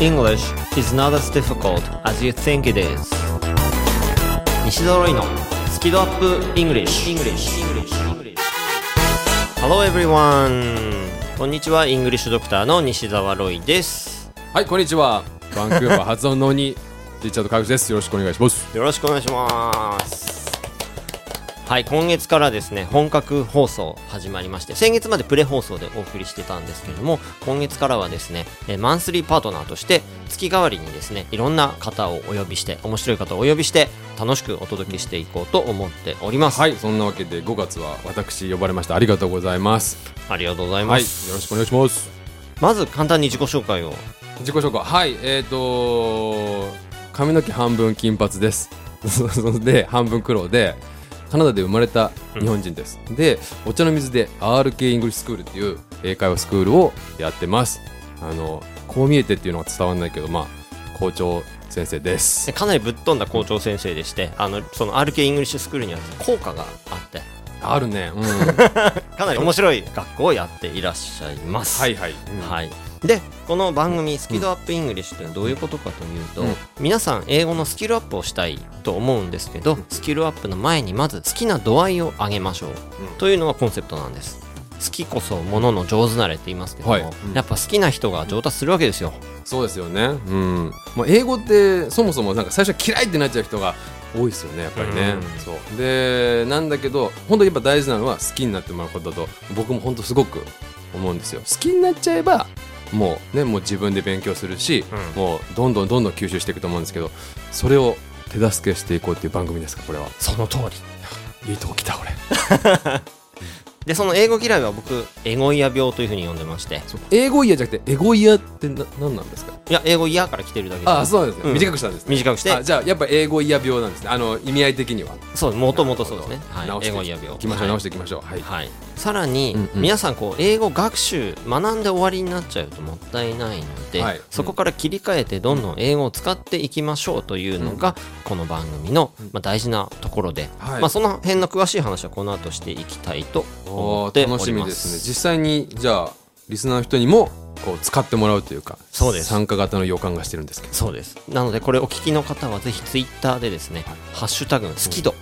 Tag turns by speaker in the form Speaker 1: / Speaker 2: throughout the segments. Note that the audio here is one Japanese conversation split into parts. Speaker 1: English is not as difficult as you think it is 西ドロイのスピードアップ English Hello everyone こんにちは English ドクターの西澤ロイです
Speaker 2: はい、こんにちは。バンクーバー発音の鬼、 リチャード・カグです。よろしくお願いします。
Speaker 1: よろしくお願いしますはい今月からですね本格放送始まりまして先月までプレ放送でお送りしてたんですけれども今月からはですねえーマンスリーパートナーとして月替わりにですねいろんな方をお呼びして面白い方をお呼びして楽しくお届けしていこうと思っております、
Speaker 2: はい、そんなわけで5月は私呼ばれました。ありがとうございます。
Speaker 1: ありがとうござい
Speaker 2: は
Speaker 1: ま
Speaker 2: い、よ
Speaker 1: す、
Speaker 2: ろしくお願いします。
Speaker 1: まず簡単に自己紹介を
Speaker 2: 自己紹介。はい、えっ、ー、と髪の毛半分金髪です。 で、半分黒で、カナダで生まれた日本人です。で、お茶の水で RK イングリッシュスクールっていう英会話スクールをやってます。あの、こう見えてっていうのは伝わんないけど、まあ、校長先生で す
Speaker 1: で。かなりぶっ飛んだ校長先生でしてあのその RK イングリッシュスクールには効果があって
Speaker 2: あるね。うん。
Speaker 1: かなり面白い学校をやっていらっしゃいます
Speaker 2: はいはい。 うん
Speaker 1: はい、でこの番組「スキルアップイングリッシュ」っていうのはどういうことかというと、
Speaker 2: うん
Speaker 1: 皆さん英語のスキルアップをしたいと思うんですけど、スキルアップの前にまず好きな度合いを上げましょう、というのがコンセプトなんです好きこそものの上手なれって言いますけども、
Speaker 2: はいうん
Speaker 1: やっぱ好きな人が上達するわけですよ、
Speaker 2: そうですよね。うん。まあ、英語ってそもそもなんか最初は嫌いってなっちゃう人が多いですよね。やっぱりね。
Speaker 1: うん
Speaker 2: そう。で、なんだけど、本当やっぱ大事なのは好きになってもらうことだと、僕も本当すごく思うんですよ。好きになっちゃえば。もうね、もう自分で勉強するし、
Speaker 1: うん
Speaker 2: もうどんどんどんどん吸収していくと思うんですけどそれを手助けしていこうっていう番組ですかこれは
Speaker 1: その通り
Speaker 2: いいとこ来た俺
Speaker 1: でその英語嫌いは僕エゴイヤ病というふうに呼んでまして
Speaker 2: そう英語嫌じゃなくてエゴ嫌ってな何なんですか
Speaker 1: いや英語嫌から来てるだけで
Speaker 2: ああそうなんですね、
Speaker 1: うん
Speaker 2: 短くしたんですね
Speaker 1: 短くして
Speaker 2: あじゃあやっぱ英語嫌病なんですねあの意味合い的には
Speaker 1: そうもともとそうですね、はい
Speaker 2: 直、し
Speaker 1: 英
Speaker 2: て
Speaker 1: 語嫌病
Speaker 2: いきましょう、
Speaker 1: はい
Speaker 2: 直していきましょうはい、
Speaker 1: はい、さらに、
Speaker 2: うんうん
Speaker 1: 皆さんこう英語学習学んで終わりになっちゃうともったいないので、
Speaker 2: はい
Speaker 1: そこから切り替えてどんどん英語を使っていきましょうというのが、この番組の、まあ、大事なところで、
Speaker 2: はい
Speaker 1: まあ、その辺の詳しい話はこの後していきたいと思
Speaker 2: お
Speaker 1: ってお
Speaker 2: ー
Speaker 1: ります
Speaker 2: 楽しみですね実際にじゃあリスナーの人にもこう使ってもらうというか
Speaker 1: そうです
Speaker 2: 参加型の予感がしてるんですけど
Speaker 1: そうですなのでこれお聞きの方はぜひツイッターでですね「ハッシュタグ好き度」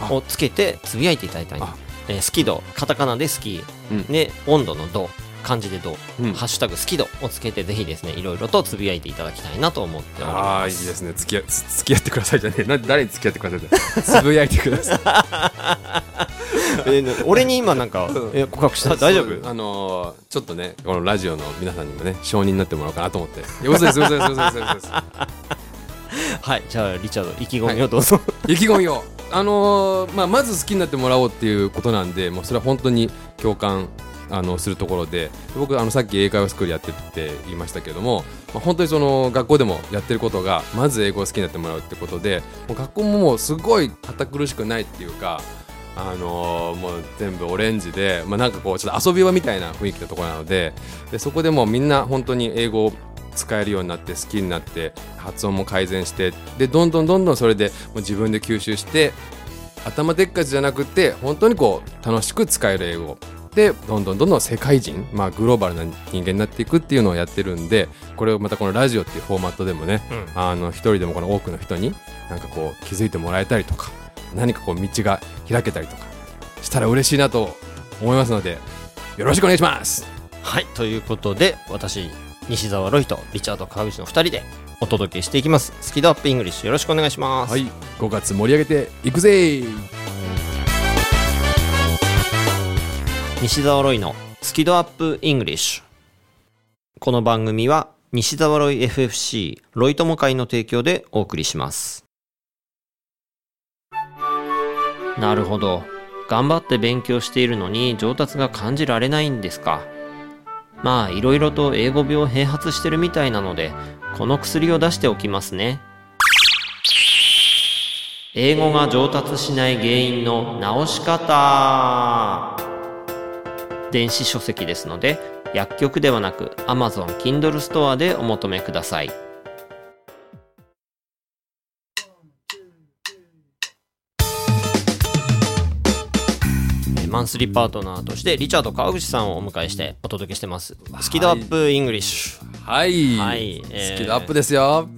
Speaker 2: あ
Speaker 1: をつけてつぶやいていただいたり
Speaker 2: あ
Speaker 1: えー好き度カタカナで好き、
Speaker 2: うん
Speaker 1: で温度の度漢字で度、
Speaker 2: うん
Speaker 1: ハッシュタグ好き度をつけてぜひですねいろいろとつぶやいていただきたいなと思っております
Speaker 2: ああーいいですね付き合つ付き合ってくださいじゃねえな誰に付き合ってくださいってつぶやいてください
Speaker 1: えー俺に今なんか、
Speaker 2: うん
Speaker 1: えー告白した 大丈
Speaker 2: そう
Speaker 1: 夫
Speaker 2: あのーちょっとねこのラジオの皆さんにもね承認になってもらおうかなと思っていや嘘です嘘です嘘です嘘です
Speaker 1: はいじゃあリチャード意気込みをどうぞ、
Speaker 2: 意気込みを、あのーまあ、まず好きになってもらおうっていうことなんでもうそれは本当に共感あのするところで僕あのさっき英会話スクールやってるって言いましたけども、まあ、本当にその学校でもやってることがまず英語を好きになってもらうってことでもう学校ももうすごい堅苦しくないっていうか。あのーもう全部オレンジで、まあ、なんかこうちょっと遊び場みたいな雰囲気のところなのででそこでもうみんな本当に英語を使えるようになって好きになって発音も改善してでどんどんどんどんそれでもう自分で吸収して頭でっかちじゃなくて本当にこう楽しく使える英語でどんどんどんどん世界人、まあ、グローバルな人間になっていくっていうのをやってるんでこれをまたこのラジオっていうフォーマットでもね、あの一人でもこの多くの人になんかこう気づいてもらえたりとか何かこう道が開けたりとかしたら嬉しいなと思いますのでよろしくお願いします
Speaker 1: はいということで私西澤ロイとリチャード川口の2人でお届けしていきますスキドアップイングリッシュよろしくお願いします、
Speaker 2: はい5月盛り上げていくぜ
Speaker 1: 西澤ロイのスキドアップイングリッシュこの番組は西澤ロイ FFC ロイ友会の提供でお送りしますなるほど頑張って勉強しているのに上達が感じられないんですかまあいろいろと英語病を併発してるみたいなのでこの薬を出しておきますね英語が上達しない原因の直し方電子書籍ですので薬局ではなく Amazon Kindle ストアでお求めくださいえーマンスリーパートナーとしてリチャード川口さんをお迎えしてお届けしてます。スキドアップイングリッシュ。
Speaker 2: はい、
Speaker 1: はいえー
Speaker 2: スキルアップですよ、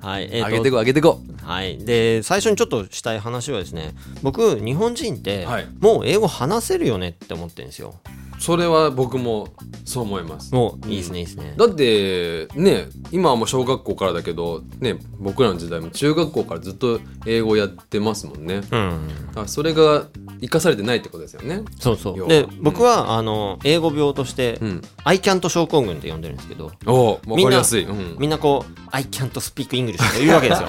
Speaker 1: はい、 え
Speaker 2: 上
Speaker 1: ーと
Speaker 2: げてこ上げてこ
Speaker 1: はい、で最初にちょっとしたい話はですね僕日本人って
Speaker 2: はい
Speaker 1: もう英語話せるよねって思ってるんですよ
Speaker 2: それは僕もそう思います
Speaker 1: もういいですねいいですね
Speaker 2: だってね今はもう小学校からだけどね僕らの時代も中学校からずっと英語やってますもんね
Speaker 1: うん
Speaker 2: だからそれが生かされてないってことですよね
Speaker 1: そうそ
Speaker 2: 要
Speaker 1: う
Speaker 2: は
Speaker 1: で
Speaker 2: うん
Speaker 1: 僕はあの英語病として
Speaker 2: ん
Speaker 1: 「I can't 症候群」って呼んでるんですけど
Speaker 2: おお分
Speaker 1: みん
Speaker 2: かり
Speaker 1: な
Speaker 2: やすい、うん
Speaker 1: みんなこう「I can't speak English」とか言うわけです よ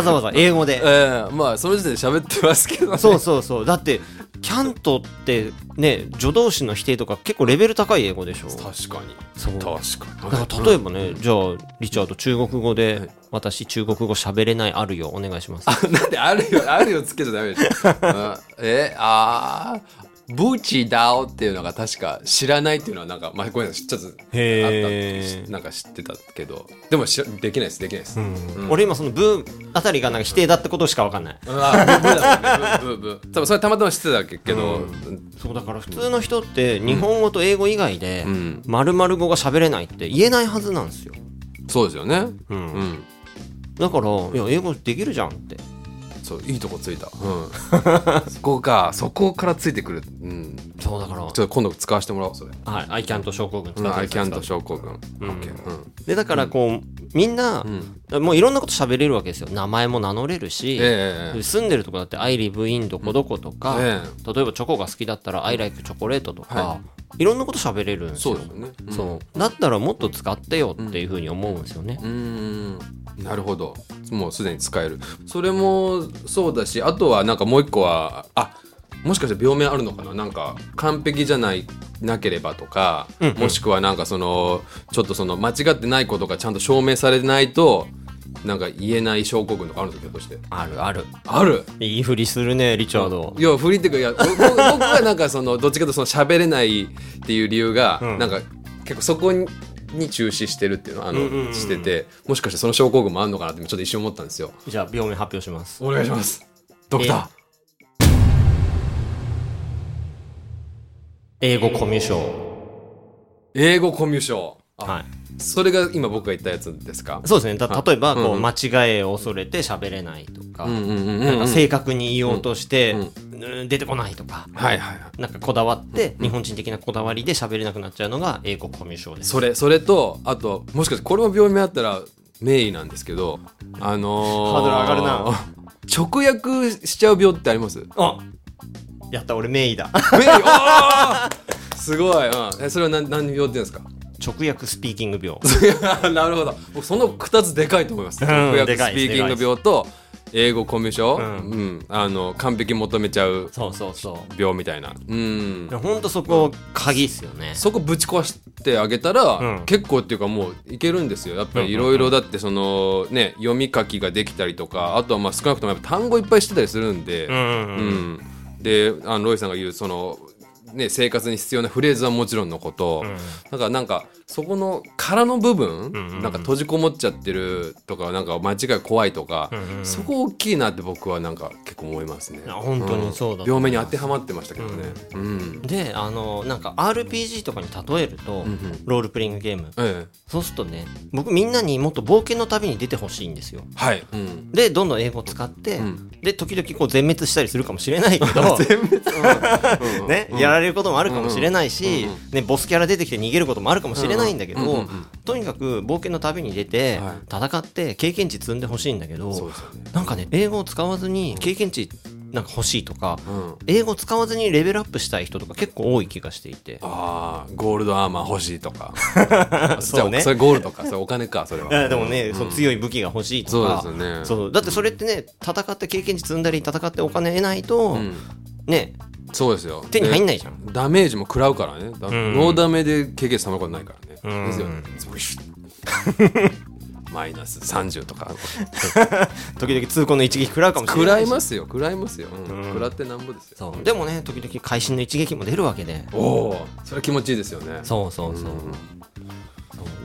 Speaker 1: わざわざ英語
Speaker 2: え
Speaker 1: で
Speaker 2: ー、まあその時点で喋ってますけど、ね、
Speaker 1: そうそうそうだって「can't」ってね助動詞の否定とか結構レベル高い英語でしょ
Speaker 2: 確かに
Speaker 1: そう
Speaker 2: 確かに
Speaker 1: だから例えばね、じゃあリチャード中国語で、私中国語喋れないあるよお願いします
Speaker 2: なんであるよ、あるよつけちゃダメでしょ。うんえ、あー、ブチダオっていうのが確か知らないっていうのはなんか、まあ、ごめんなさい、ちょっとあった
Speaker 1: へー
Speaker 2: しなんか知ってたけど、でもしできないです、できないです。うん、
Speaker 1: 俺今そのブーあたりがなんか否定だってことしかわかんない
Speaker 2: あブブだもんね、ブブブ。多分それたまたま知ってたけど、
Speaker 1: そうだから普通の人って日本語と英語以外で
Speaker 2: ん
Speaker 1: 丸々語が喋れないって言えないはずなんですよ
Speaker 2: そうですよね。うんん。
Speaker 1: だからいや英語できるじゃんって
Speaker 2: そう、いいとこついた。うん。そこか、そこからついてくる。うん。
Speaker 1: そうだから
Speaker 2: ちょっと今度使わせてもらおう、それ。
Speaker 1: はい、I can't 症候群使
Speaker 2: うん、
Speaker 1: っ
Speaker 2: I
Speaker 1: てください
Speaker 2: can't 症候群。OK うん。
Speaker 1: でだからこう、みんな、もういろんなこと喋れるわけですよ名前も名乗れるし、
Speaker 2: ええ
Speaker 1: で住んでるとこだって「I live in どこどこ」とか、
Speaker 2: え
Speaker 1: 例えばチョコが好きだったら「I like チョコレート」とか、、
Speaker 2: はい
Speaker 1: ろんなこと喋れるんです
Speaker 2: そ
Speaker 1: よ
Speaker 2: うですよね。うん
Speaker 1: そうだったらもっと使ってよっていうふうに思うんですよね
Speaker 2: う、ーんなるほどもうすでに使えるそれもそうだしあとはなんかもう一個はあもしかして病名あるのかななんか完璧じゃないなければとか、もしくはなんかそのちょっとその間違ってないことがちゃんと証明されてないとなんか言えない証拠群とかあるんですよひょっとして
Speaker 1: あるある
Speaker 2: ある
Speaker 1: いいふりするねリチャード
Speaker 2: いや不倫っていうかいや僕僕はなんかそのど っちかというとその喋れないっていう理由が、なんか結構そこに注視してるっていうのあの、しててもしかしてその症候群もあるのかなってちょっと一瞬思ったんですよ
Speaker 1: じゃあ病名発表します
Speaker 2: お願いしますドクター
Speaker 1: 英語コミュ障
Speaker 2: 英語コミュ障あ
Speaker 1: はい
Speaker 2: それが今僕が言ったやつですか
Speaker 1: そうですねた例えばこう、
Speaker 2: うん
Speaker 1: 間違えを恐れて喋れないとか,、
Speaker 2: うんうんうん
Speaker 1: なん
Speaker 2: うん
Speaker 1: か正確に言おうとして、うん出てこないとか
Speaker 2: はいはいはい
Speaker 1: なんかこだわって、日本人的なこだわりで喋れなくなっちゃうのが英語コミュ障です。
Speaker 2: それそれとあともしかしてこれも病名あったら名医なんですけどあのー、
Speaker 1: ハードル上がるな
Speaker 2: 直訳しちゃう病ってあります
Speaker 1: あやった俺名医だ
Speaker 2: メインあー すごい、うん、えそれは何何病って言うんですか
Speaker 1: 直訳スピーキング病
Speaker 2: なるほど僕その2つでかいと思います直訳
Speaker 1: で
Speaker 2: ス
Speaker 1: かい
Speaker 2: ピーキング病と英語コミュ障、
Speaker 1: う
Speaker 2: うんあの完璧求めちゃう
Speaker 1: そうそうそ
Speaker 2: 病みたいなうん
Speaker 1: うほんとそこ鍵っすよね
Speaker 2: そこぶち壊してあげたら、
Speaker 1: うん
Speaker 2: 結構っていうかもういけるんですよやっぱりいろいろだってそのね読み書きができたりとかあとはまあ少なくともやっぱ単語いっぱいしてたりするんで、
Speaker 1: うんうん
Speaker 2: うん、であのロイさんが言うその、ね、生活に必要なフレーズはもちろんのこと、だからなんかそこの殻の部分、なんか閉じこもっちゃってるとかなんか間違い怖いとか、そこ大きいなって僕はなんか結構思いますね。
Speaker 1: いや本当にそうだと
Speaker 2: 両
Speaker 1: 思
Speaker 2: 目
Speaker 1: います
Speaker 2: に当てはまってましたけどね。うん、
Speaker 1: であのなんか RPG とかに例えると、ロールプレイングゲーム
Speaker 2: ええ
Speaker 1: そうするとね僕みんなにもっと冒険の旅に出てほしいんですよ
Speaker 2: はい、うん
Speaker 1: でどんどん英語を使って、で時々こう全滅したりするかもしれない けどね、やられることもあるかもしれないし、ね、ボスキャラ出てきて逃げることもあるかもしれないんだけど、とにかく冒険の旅に出て、
Speaker 2: は
Speaker 1: 戦って経験値積んでほしいんだけど、
Speaker 2: そうですよね
Speaker 1: なんかね英語を使わずに経験値なんか欲しいとか、
Speaker 2: ん
Speaker 1: 英語を使わずにレベルアップしたい人とか結構多い気がしていて。
Speaker 2: ああゴールドアーマー欲しいとか
Speaker 1: そうね
Speaker 2: じゃあそれゴールドかそれお金かそれ
Speaker 1: いや
Speaker 2: は
Speaker 1: でもね、その強い武器が欲しいとか
Speaker 2: そうですよね
Speaker 1: そうだってそれってね戦って経験値積んだり戦ってお金得ないと、ね
Speaker 2: そうですよ
Speaker 1: 手に入ん
Speaker 2: ん
Speaker 1: ないじゃん。
Speaker 2: ダメージも食らうからね、だノーダメで経験したまることないからね、ですよねブシュ ッマイナス30とか
Speaker 1: 時々痛恨の一撃食らうかもし
Speaker 2: 食
Speaker 1: れ
Speaker 2: ら
Speaker 1: ない
Speaker 2: い
Speaker 1: し
Speaker 2: ますよ食らいますよ、うん食らってなんぼですよ
Speaker 1: そうでもね時々会心の一撃も出るわけで
Speaker 2: おおそれは気持ちいいですよね
Speaker 1: そうそうそう,、そう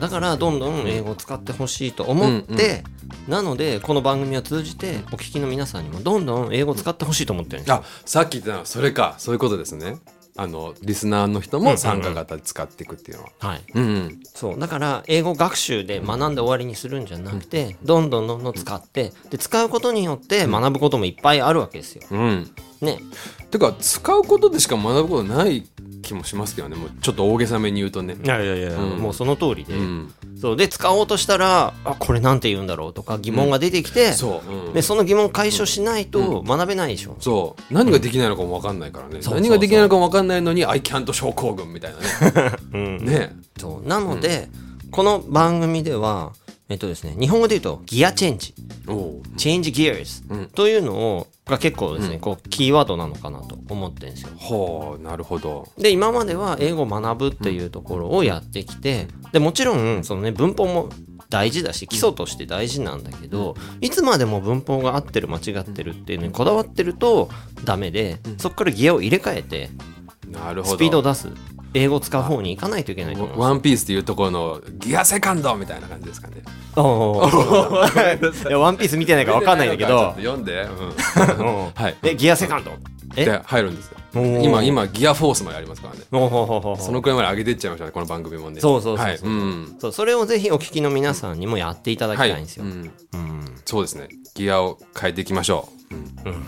Speaker 1: だからどんどん英語を使ってほしいと思って、なのでこの番組を通じてお聞きの皆さんにもどんどん英語を使ってほしいと思ってるんですよ
Speaker 2: あさっき言ってたのはそれかそういうことですねあのリスナーの人も参加型使っていくっていうのは。
Speaker 1: はい、
Speaker 2: うんうん
Speaker 1: そうだから英語学習で学んで終わりにするんじゃなくて、どんどんどんどん使ってで使うことによって学ぶこともいっぱいあるわけですよ。
Speaker 2: うん、
Speaker 1: ね、
Speaker 2: てか使うことでしか学ぶことない気もしますけどねもうちょっと大げさめに言うとね。
Speaker 1: いやいやいや、
Speaker 2: うん
Speaker 1: もうその通りで、
Speaker 2: うん、
Speaker 1: そうで使おうとしたらあこれなんて言うんだろうとか疑問が出てきて、
Speaker 2: そう、うん
Speaker 1: でその疑問解消しないと学べないでしょ、
Speaker 2: そう何ができないのかも分かんないからね、
Speaker 1: そう
Speaker 2: 何ができないのかも分かんないのに「I can't 症候群」みたいなね。ね
Speaker 1: そうなので、この番組ではえっとですね日本語で言うとギアチェンジ
Speaker 2: おう
Speaker 1: チェンジギア r s
Speaker 2: うん
Speaker 1: というのをが結構ですね、こうキーワードなのかなと思ってるんですよ
Speaker 2: はあなるほど。
Speaker 1: で今までは英語を学ぶっていうところをやってきてでもちろんその、ね、文法も大事だし基礎として大事なんだけどいつまでも文法が合ってる間違ってるっていうのにこだわってるとダメでそこからギアを入れ替えて
Speaker 2: なるほど。
Speaker 1: スピードを出す英語を使う方に行かないといけないと思うんですよ
Speaker 2: ワンピースっていうところのギアセカンドみたいな感じですかね。
Speaker 1: おーいやワンピース見てないから分かんないんだけ
Speaker 2: ちょっ
Speaker 1: ど
Speaker 2: と、読んで、
Speaker 1: うん
Speaker 2: はい
Speaker 1: えギアセカンドえ
Speaker 2: で入るんですよ
Speaker 1: おー
Speaker 2: 今今ギアフォースまでありますからね
Speaker 1: おほほほほ
Speaker 2: そのくらいまで上げていっちゃいましたねこの番組もね
Speaker 1: そうそうそうそう
Speaker 2: はいうん
Speaker 1: そうそれをぜひお聞きの皆さんにもやっていただきた
Speaker 2: はい
Speaker 1: いんですよ、
Speaker 2: うん
Speaker 1: うん
Speaker 2: そうですねギアを変えていきましょううん
Speaker 1: うん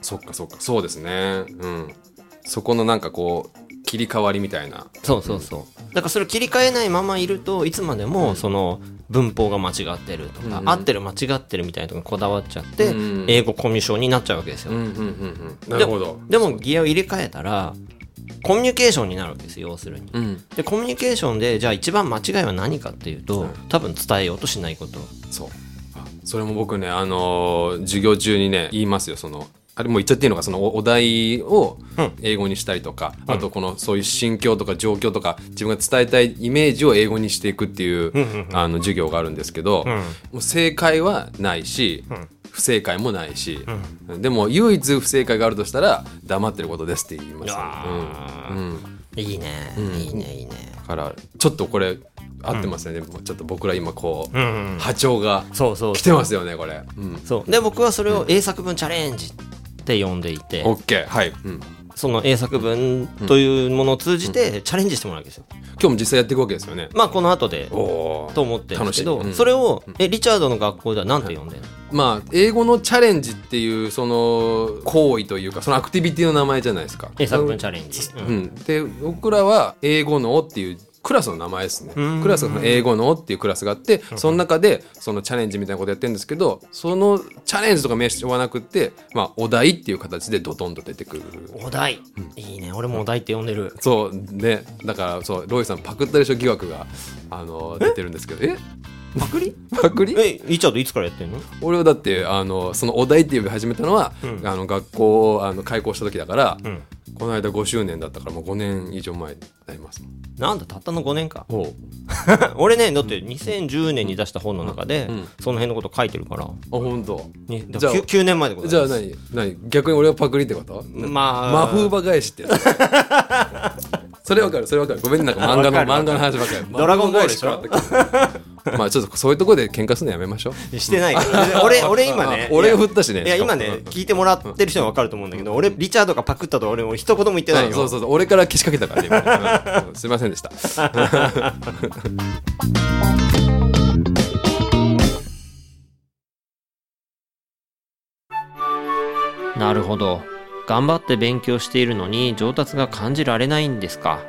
Speaker 2: そっかそっかそうですねうんそこのなんかこう切り替わりみたいな
Speaker 1: そうそうそう、だからそれを切り替えないままいるといつまでもその文法が間違ってるとか、
Speaker 2: うん
Speaker 1: 合ってる間違ってるみたいなとこにこだわっちゃって、
Speaker 2: うん
Speaker 1: 英語コミュ障になっちゃうわけです
Speaker 2: うん
Speaker 1: よ、
Speaker 2: うんうんうんなるほど
Speaker 1: でもギアを入れ替えたらコミュニケーションになるわけですよ要するに
Speaker 2: うん
Speaker 1: でコミュニケーションでじゃあ一番間違いは何かっていうと多分伝えようとしないこと
Speaker 2: そうあそれも僕ねあのー授業中にね言いますよそのあれもう言っちゃっていいのかそのおお題を
Speaker 1: うん
Speaker 2: 英語にしたりとか、あとこのそういう心境とか状況とか自分が伝えたいイメージを英語にしていくっていう、あの授業があるんですけど、
Speaker 1: ん
Speaker 2: もう正解はないし、不正解もないし、でも唯一不正解があるとしたら黙ってることですって言います、
Speaker 1: あ
Speaker 2: うんうん
Speaker 1: いいね、いいねいいね
Speaker 2: だからちょっとこれ合ってますよね、もうちょっと僕ら今こう、
Speaker 1: ん
Speaker 2: 波長が
Speaker 1: そうそう
Speaker 2: 来てますよねこれ。うん
Speaker 1: そうで僕はそれを英作文チャレンジって呼んでいて、
Speaker 2: オッケーはい、うん、今
Speaker 1: その英作文というものを通じてチャレンジしてもらうわけですよ。
Speaker 2: 日も実際やっていくわけですよね
Speaker 1: まあこの後で
Speaker 2: おお
Speaker 1: と思ってるんですけど、
Speaker 2: 楽しいうん
Speaker 1: それをえリチャードの学校では何て呼んでるの、
Speaker 2: まあ英語のチャレンジっていうその行為というかそのアクティビティの名前じゃないですか
Speaker 1: 英作文チャレンジ。うん
Speaker 2: うん、で僕らは英語のっていうクラスの名前ですねクラスがその英語のっていうクラスがあってその中でそのチャレンジみたいなことやってるんですけどそのチャレンジとか名称はなくって、まあ、お題っていう形でドトンと出てくる
Speaker 1: お題、いいね俺もお題って呼んでる。
Speaker 2: そうねだからそうロイさんパクったでしょ疑惑があの出てるんですけどえ
Speaker 1: パクリ
Speaker 2: パクリ
Speaker 1: えリチャードいつからやってんの
Speaker 2: 俺はだってあのそのお題って呼び始めたのは、あの学校をあの開校した時だから、
Speaker 1: ん
Speaker 2: この間5周年だったからもう5年以上前になります
Speaker 1: なんだたったの5年か
Speaker 2: おう
Speaker 1: 俺ねだって2010年に出した本の中で、
Speaker 2: うん
Speaker 1: その辺のこと書いてるから
Speaker 2: あ本当。
Speaker 1: にだ
Speaker 2: じゃあ
Speaker 1: 9, 9年前でご
Speaker 2: じ
Speaker 1: ざい
Speaker 2: ゃあ
Speaker 1: ます
Speaker 2: 何何逆に俺はパクリってこと
Speaker 1: まあ
Speaker 2: マフーバ返しってや つそれわかるそれわかるごめんねなんか漫画の漫画の話ばっかり
Speaker 1: ドラゴンボールでしょ
Speaker 2: マフーバ返かまあちょっとそういうところで喧嘩するのやめましょう
Speaker 1: してないから 俺俺今ね
Speaker 2: あ俺が振ったしね
Speaker 1: いや
Speaker 2: しかも
Speaker 1: 今ね聞いてもらってる人は分かると思うんだけど俺リチャードがパクったと俺も一言も言ってない
Speaker 2: うんそ
Speaker 1: よ
Speaker 2: うそうそう俺から消しかけたからね今 うんすいませんでした
Speaker 1: なるほど頑張って勉強しているのに上達が感じられないんですか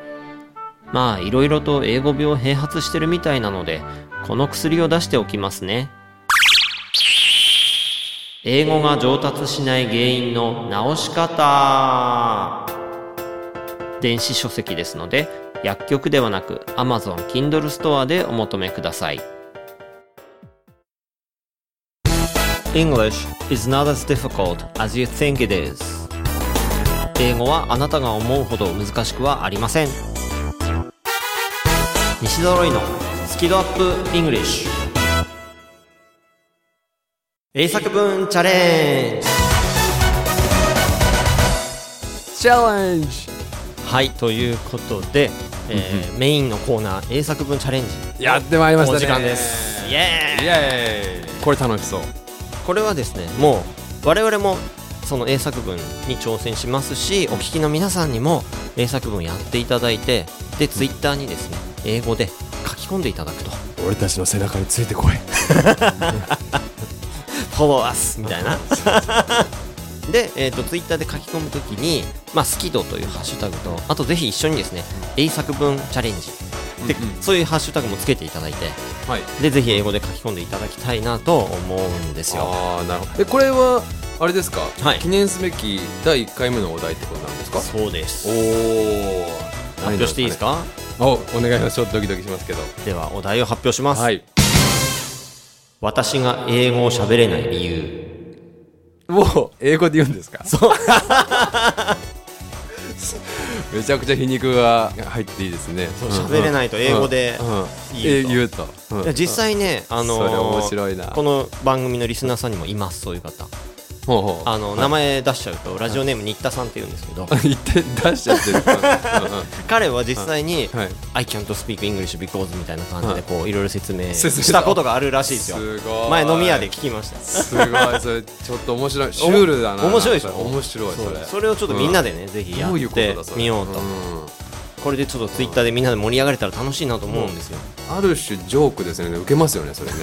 Speaker 1: まあいろいろと英語病併発してるみたいなのでこの薬を出しておきますね英語が上達しない原因の直し方電子書籍ですので薬局ではなく Amazon Kindle ストアでお求めください English is not as difficult as you think it is 英語はあなたが思うほど難しくはありません西揃いのスキドアップ English 英作文チャレンジ
Speaker 2: チャレンジ
Speaker 1: はいということで、えーメインのコーナー英作文チャレンジ
Speaker 2: やってまいりました
Speaker 1: お
Speaker 2: ね
Speaker 1: 時間ですイエーイ
Speaker 2: イエーイこれ楽しそう
Speaker 1: これはですねもう我々もその英作文に挑戦しますしお聞きの皆さんにも英作文やっていただいてでツイッターにですね英語で書き込んでいただくと
Speaker 2: 俺たちの背中についてこい
Speaker 1: フォロワースみたいな。で、えー、とツイッターで書き込むときに、まあ、好き度というハッシュタグと、あとぜひ一緒にですね、英作文チャレンジで、
Speaker 2: うんうん
Speaker 1: そういうハッシュタグもつけていただいて、
Speaker 2: はい
Speaker 1: でぜひ英語で書き込んでいただきたいなと思うんですよ。
Speaker 2: ああなるほどえこれはあれですか、
Speaker 1: はい
Speaker 2: 記念すべき第1回目のお題ってことなんですか
Speaker 1: そうです
Speaker 2: お。お
Speaker 1: 発表していいですか
Speaker 2: おお願いしますちょっとドキドキしますけど
Speaker 1: では、お題を発表します。
Speaker 2: はい
Speaker 1: 私が英語を喋れない理由。
Speaker 2: もう英語で言うんですか
Speaker 1: そう。
Speaker 2: めちゃくちゃ皮肉が入っていいですね
Speaker 1: 喋れないと英語で
Speaker 2: うんうん
Speaker 1: 言うと
Speaker 2: 言うと、うん
Speaker 1: いや実際ね、あのー
Speaker 2: それ面白いな
Speaker 1: この番組のリスナーさんにもいます、そういう方。
Speaker 2: ほうほう
Speaker 1: あの、名前出しちゃうと、ラジオネーム新田さんって言うんですけど、
Speaker 2: 言って出しちゃってるから、うんうん
Speaker 1: 彼は実際に、
Speaker 2: はい
Speaker 1: I can't speak English because みたいな感じ
Speaker 2: は
Speaker 1: で
Speaker 2: い
Speaker 1: こういろいろ説明
Speaker 2: 説明
Speaker 1: したことがあるらしいですよ
Speaker 2: すごい
Speaker 1: 前飲み屋で聞きました
Speaker 2: すごいそれちょっと面白いシュールだな
Speaker 1: お面白いでしょ
Speaker 2: 面白いそ
Speaker 1: そう
Speaker 2: れ
Speaker 1: それをちょっとみんなでねぜひや
Speaker 2: ど
Speaker 1: っ
Speaker 2: ういうこと
Speaker 1: て
Speaker 2: だそれ
Speaker 1: みようと
Speaker 2: ん
Speaker 1: これでちょっとツイッターでみんなで盛り上がれたら楽しいなと思うんですよ
Speaker 2: ある種ジョークですよね受けますよねそれね、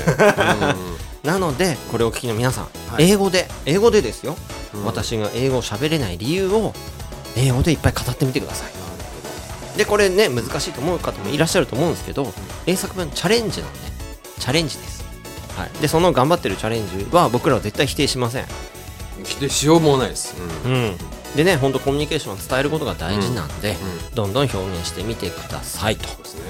Speaker 2: うん
Speaker 1: なのでこれをお聞きの皆さん
Speaker 2: はい
Speaker 1: 英語で英語でですよ
Speaker 2: うん
Speaker 1: 私が英語を喋れない理由を英語でいっぱい語ってみてくださいでこれね難しいと思う方もいらっしゃると思うんですけど英作文チャレンジなんでチャレンジですはい、でその頑張ってるチャレンジは僕らは絶対否定しません、
Speaker 2: 否定しようもないです、うん
Speaker 1: うん、でね本当コミュニケーションは伝えることが大事なんで、
Speaker 2: んうん
Speaker 1: どんどん表現してみてくださいと、
Speaker 2: そうですね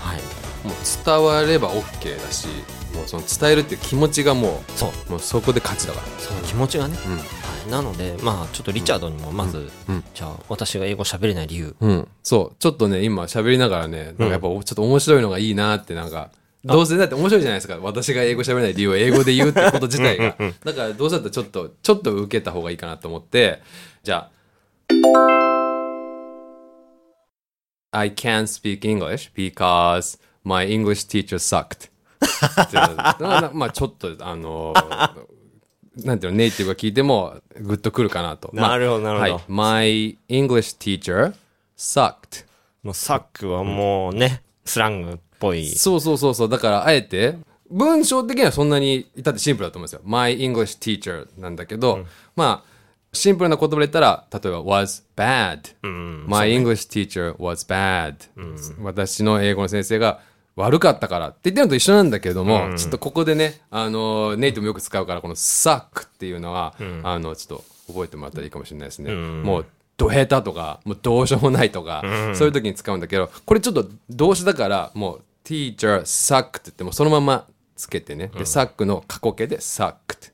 Speaker 1: はい、
Speaker 2: うんもう伝われば OK だしもうその伝えるっていう気持ちがも
Speaker 1: そう
Speaker 2: うもうそこで勝ちだから
Speaker 1: その気持ちがね、
Speaker 2: うん
Speaker 1: はい、なのでまあちょっとリチャードにもまず、
Speaker 2: うん
Speaker 1: じゃあ私が英語喋れない理由
Speaker 2: うん、そうちょっとね今喋りながらねなんかやっぱちょっと面白いのがいいなってなんかどうせだって面白いじゃないですか私が英語喋れない理由を英語で言うってこと自体がだからどうせだったらちょっとちょっと受けた方がいいかなと思ってじゃあ I can't speak English because my English teacher sucked っていうのななまあちょっとあのなんていうのネイティブが聞いてもグッとくるかなとまあ
Speaker 1: なるほどなるほど
Speaker 2: はい、My English teacher sucked.
Speaker 1: もうサックはもうね、スラングっぽい
Speaker 2: そうそうそうそう。だから、あえて、文章的にはそんなに、至ってシンプルだと思うんですよ。My English teacher なんだけど、まあ、シンプルな言葉で言ったら、例えば、was bad.、My English teacher was bad.、私の英語の先生が悪かったからって言ってるのと一緒なんだけども、ちょっとここでね、あの、ネイトもよく使うから、この suck っていうのは、あの、ちょっと覚えてもらったらいいかもしれないですね。もう、ドヘタとか、もうどうしようもないとか、そういう時に使うんだけど、これちょっと動詞だから、もう、teacher suck って言っても、そのままつけてね。で、suck の過去形で suck って。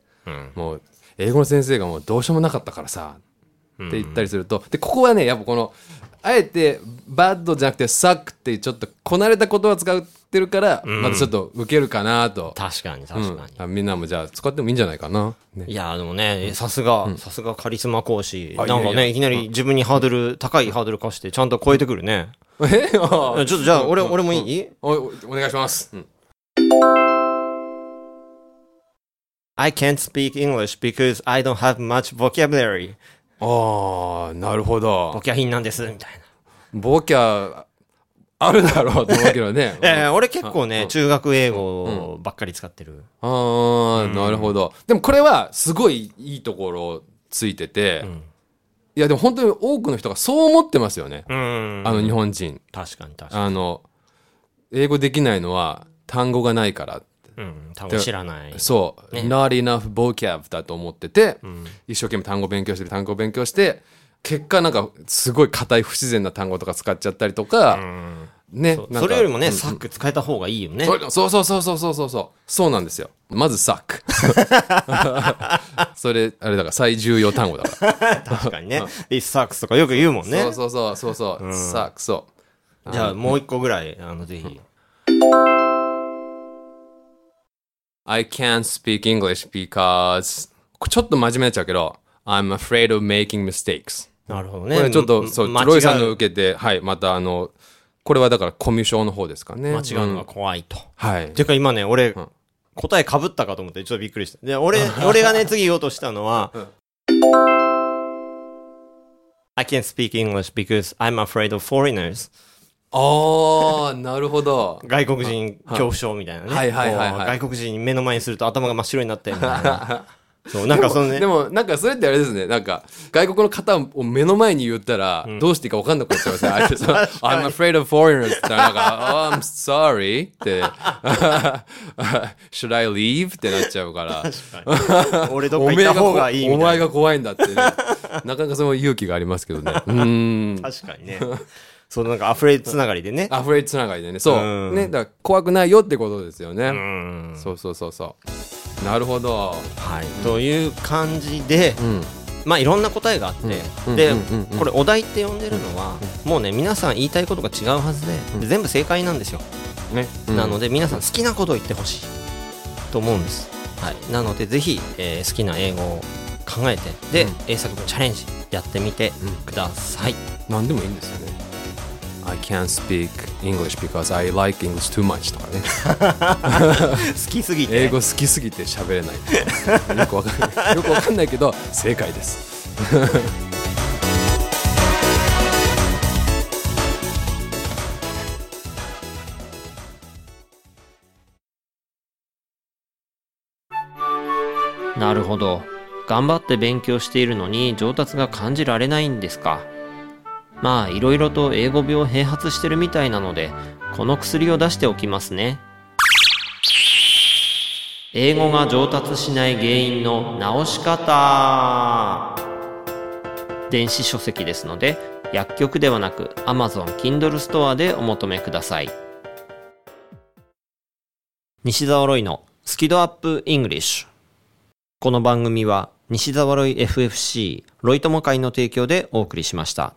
Speaker 2: もう、英語の先生がもうどうしようもなかったからさ、って言ったりすると、で、ここはね、やっぱこの、あえて、バッドじゃなくて、suck っていうちょっとこなれた言葉使ってるから、またちょっとウケるかなと。
Speaker 1: 確かに確かに、
Speaker 2: あみんなもじゃあ使ってもいいんじゃないかな。ね
Speaker 1: いやーでもねさすがさすがカリスマ講師な
Speaker 2: あ
Speaker 1: んかね
Speaker 2: い
Speaker 1: い
Speaker 2: やいや
Speaker 1: きなり自分にハードル、高いハードル課してちゃんと超えてくるね
Speaker 2: え
Speaker 1: ちょっとじゃあ俺,、俺もいい、
Speaker 2: おおお願いします。うん
Speaker 1: ?I can't speak English because I don't have much vocabulary
Speaker 2: ああ、なるほど
Speaker 1: ボ。キャ品なんですみたい
Speaker 2: ボキャ、あるだろうと思うけど ね。
Speaker 1: な、えー俺結構ね、中学英語ばっかり使ってる、
Speaker 2: ああ、なるほど。でもこれはすごいいいところついてて、いやでも本当に多くの人がそう思ってますよね。
Speaker 1: うん
Speaker 2: あの日本人。
Speaker 1: 確かに確か
Speaker 2: あの、英語できないのは単語がないから。
Speaker 1: にうん多分知らない
Speaker 2: そう、not enough vocab だと思ってて、一生懸命単語勉強してる単語勉強して結果なんかすごい硬い不自然な単語とか使っちゃったりとか、ねなんか
Speaker 1: それよりもね、サック使えた方がいいよね
Speaker 2: そうそうそうそうそうそうそうそうなんですよまず サックそれあれだから最重要単語だから、
Speaker 1: 確かにね It sucks とかよく言うもんね
Speaker 2: そうそうそうそうそう、サックそう
Speaker 1: じゃあもう一個ぐらい、あの、ぜひ。
Speaker 2: I can't speak English because ちょっと真面目になっちゃうけど I'm afraid of making mistakes
Speaker 1: なるほど
Speaker 2: こ
Speaker 1: ね。
Speaker 2: れちょっと、
Speaker 1: ま
Speaker 2: そう、
Speaker 1: 間違う
Speaker 2: ロイさんの受けて、はい、またあの、これはだからコミュ障の方ですかね。
Speaker 1: 間違うの
Speaker 2: ん
Speaker 1: が怖いと。
Speaker 2: はい。
Speaker 1: てか今ね、俺、答え被ったかと思って、ちょっとびっくりした。で、俺、俺がね、次言おうとしたのは、 I can't speak English because I'm afraid of foreigners.
Speaker 2: ああ、なるほど。
Speaker 1: 外国人恐怖症みたいなね。
Speaker 2: はいはいはいはい
Speaker 1: こう外国人に目の前にすると頭が真っ白になってみたいな。 そう、なんかそのね
Speaker 2: で、も、なんかそれってあれですね。なんか、外国の方を目の前に言ったら、どうしていいか分かんなくなっちゃいますね。あ れそう I'm afraid of foreigners って言ったら、なんか、oh, I'm sorry って、should I leave? ってなっちゃうから、
Speaker 1: 俺どっか行った方がいいみ
Speaker 2: お
Speaker 1: た
Speaker 2: 前
Speaker 1: いな。
Speaker 2: が怖いんだってね。なかなかその勇気がありますけどね。うん。
Speaker 1: 確かにね。そのなんかアフレつながりでね。
Speaker 2: アフレつながりでね。そう。ね、だから怖くないよってことですよね。そうそうそうそう。なるほど。
Speaker 1: はい。という感じで、まあいろんな答えがあって、で、これお題って呼んでるのは、もうね、皆さん言いたいことが違うはずで、で全部正解なんですよ。
Speaker 2: ね。うん
Speaker 1: なので皆さん好きなことを言ってほしいと思うんです、はい、なのでぜひ、えー好きな英語を考えてで、
Speaker 2: うん
Speaker 1: 英作文チャレンジやってみてくだ さい、
Speaker 2: 何でもいいんですよね。I can't speak English because I like English too much とか ね。
Speaker 1: 好きすぎ
Speaker 2: 英語好きすぎて喋れないとか。よくわかんない。よくわかんないけど、正解です。
Speaker 1: なるほど頑張って勉強しているのに上達が感じられないんですかまあいろいろと英語病併発してるみたいなのでこの薬を出しておきますね英語が上達しない原因の直し方電子書籍ですので薬局ではなく Amazon Kindle ストアでお求めください西澤ロイのスキドアップイングリッシュこの番組は西澤ロイ FFC ロイ友会の提供でお送りしました。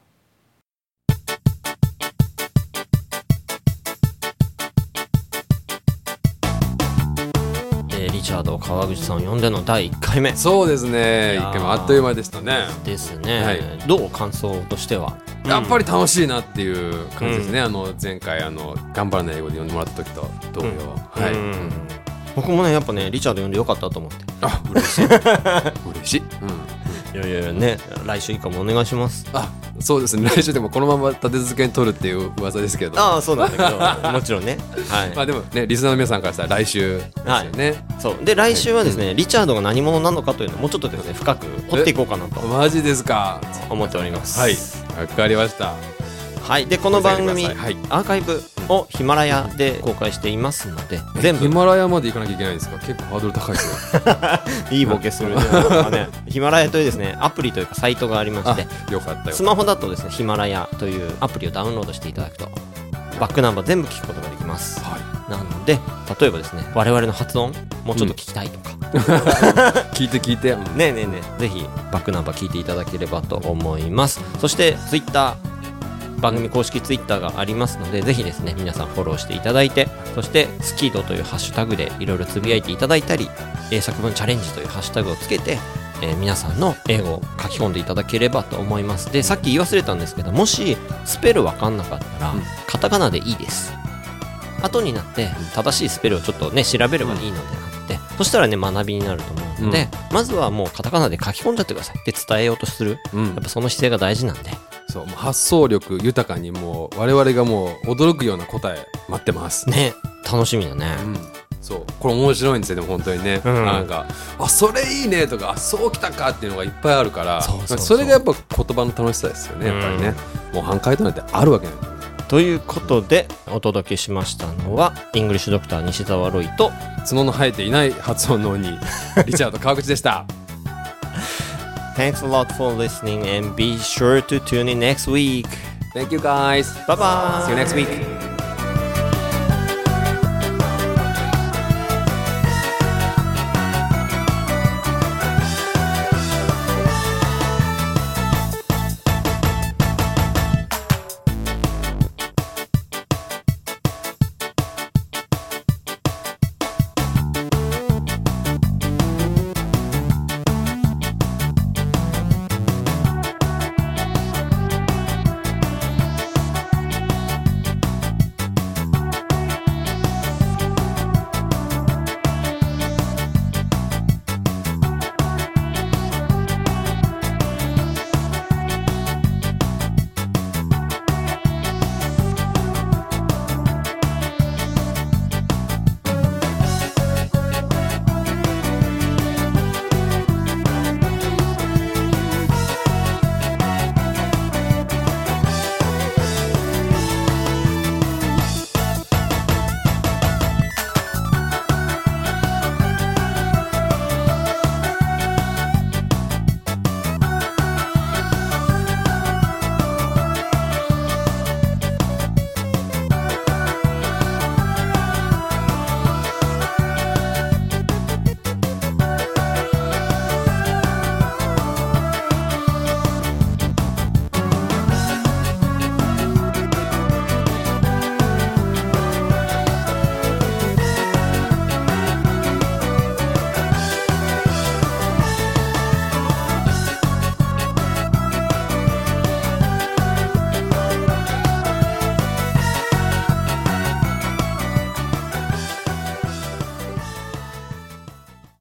Speaker 1: えーリチャード川口さんを呼んでの第1回目
Speaker 2: そうですね。
Speaker 1: い
Speaker 2: 一
Speaker 1: やー
Speaker 2: 回もあっという間でしたね。
Speaker 1: ですね、
Speaker 2: はい
Speaker 1: どう感想としては
Speaker 2: やっぱり楽しいなっていう感じですね。あの前回あの頑張らない英語で読んでもらった時と同様。はい。
Speaker 1: うん僕もねやっぱねリチャード呼んでよかったと思って
Speaker 2: あ、嬉 しい。嬉しい。うん。
Speaker 1: いやいやいやね来週以降もお願いします
Speaker 2: あ、そうですね。来週でもこのまま立て続けに取るっていう噂ですけれども。
Speaker 1: ああそうなんだけど もちろんねはい
Speaker 2: まあでもね、リスナーの皆さんからしたら来週ですよね。
Speaker 1: そうで来週はですね、リチャードが何者なのかというのをもうちょっとですね深く掘っていこうかなと
Speaker 2: マジですか。
Speaker 1: 思っております
Speaker 2: はい、わかりました。
Speaker 1: はい、でこの番組、
Speaker 2: ご参加くださいはい
Speaker 1: アーカイブをヒマラヤで公開していますので全
Speaker 2: ヒ
Speaker 1: 部
Speaker 2: マラヤまで行かなきゃいけないんですか。結構ハードル高 いですね。
Speaker 1: いいボケす るねなんかねヒマラヤというですねアプリというかサイトがありまして
Speaker 2: あ、よかったよ
Speaker 1: ス。マホだとですねヒマラヤというアプリをダウンロードしていただくとバックナンバー全部聞くことができます
Speaker 2: は
Speaker 1: なので例えばですね我々の発音もうちょっと聞きたいとか、
Speaker 2: い、聞いて聞いて。うん
Speaker 1: ねえねえねえぜひバックナンバー聞いていただければと思いますそしてツイッター番組公式ツイッターがありますのでぜひですね皆さんフォローしていただいてそして「スキード」というハッシュタグでいろいろつぶやいていただいたり英作文チャレンジというハッシュタグをつけて、えー皆さんの英語を書き込んでいただければと思いますでさっき言い忘れたんですけどもしスペルわかんなかったら、
Speaker 2: うん
Speaker 1: カタカナでいいです後になって正しいスペルをちょっとね調べればいいのであって、そしたらね学びになると思うので、まずはもうカタカナで書き込んじゃってくださいで伝えようとする
Speaker 2: うん、
Speaker 1: やっぱその姿勢が大事なんで
Speaker 2: そう、もう発想力豊かに、もう我々がもう驚くような答え待ってます。
Speaker 1: ね楽しみだね、
Speaker 2: うんそうこれ面白いんですよでも本当にね、
Speaker 1: うん
Speaker 2: なんか「あそれいいね」とか「あそうきたか」っていうのがいっぱいあるから
Speaker 1: そうそうそう
Speaker 2: れがやっぱ言葉の楽しさですよねやっぱりね、もう半回答なんてあるわけない
Speaker 1: ということでお届けしましたのはイングリッシュドクター西澤ロイと
Speaker 2: 角の生えていない発音の鬼リチャード川口でした
Speaker 1: Thanks a lot for listening and be sure to tune in next week
Speaker 2: Thank you guys
Speaker 1: Bye bye
Speaker 2: See you next week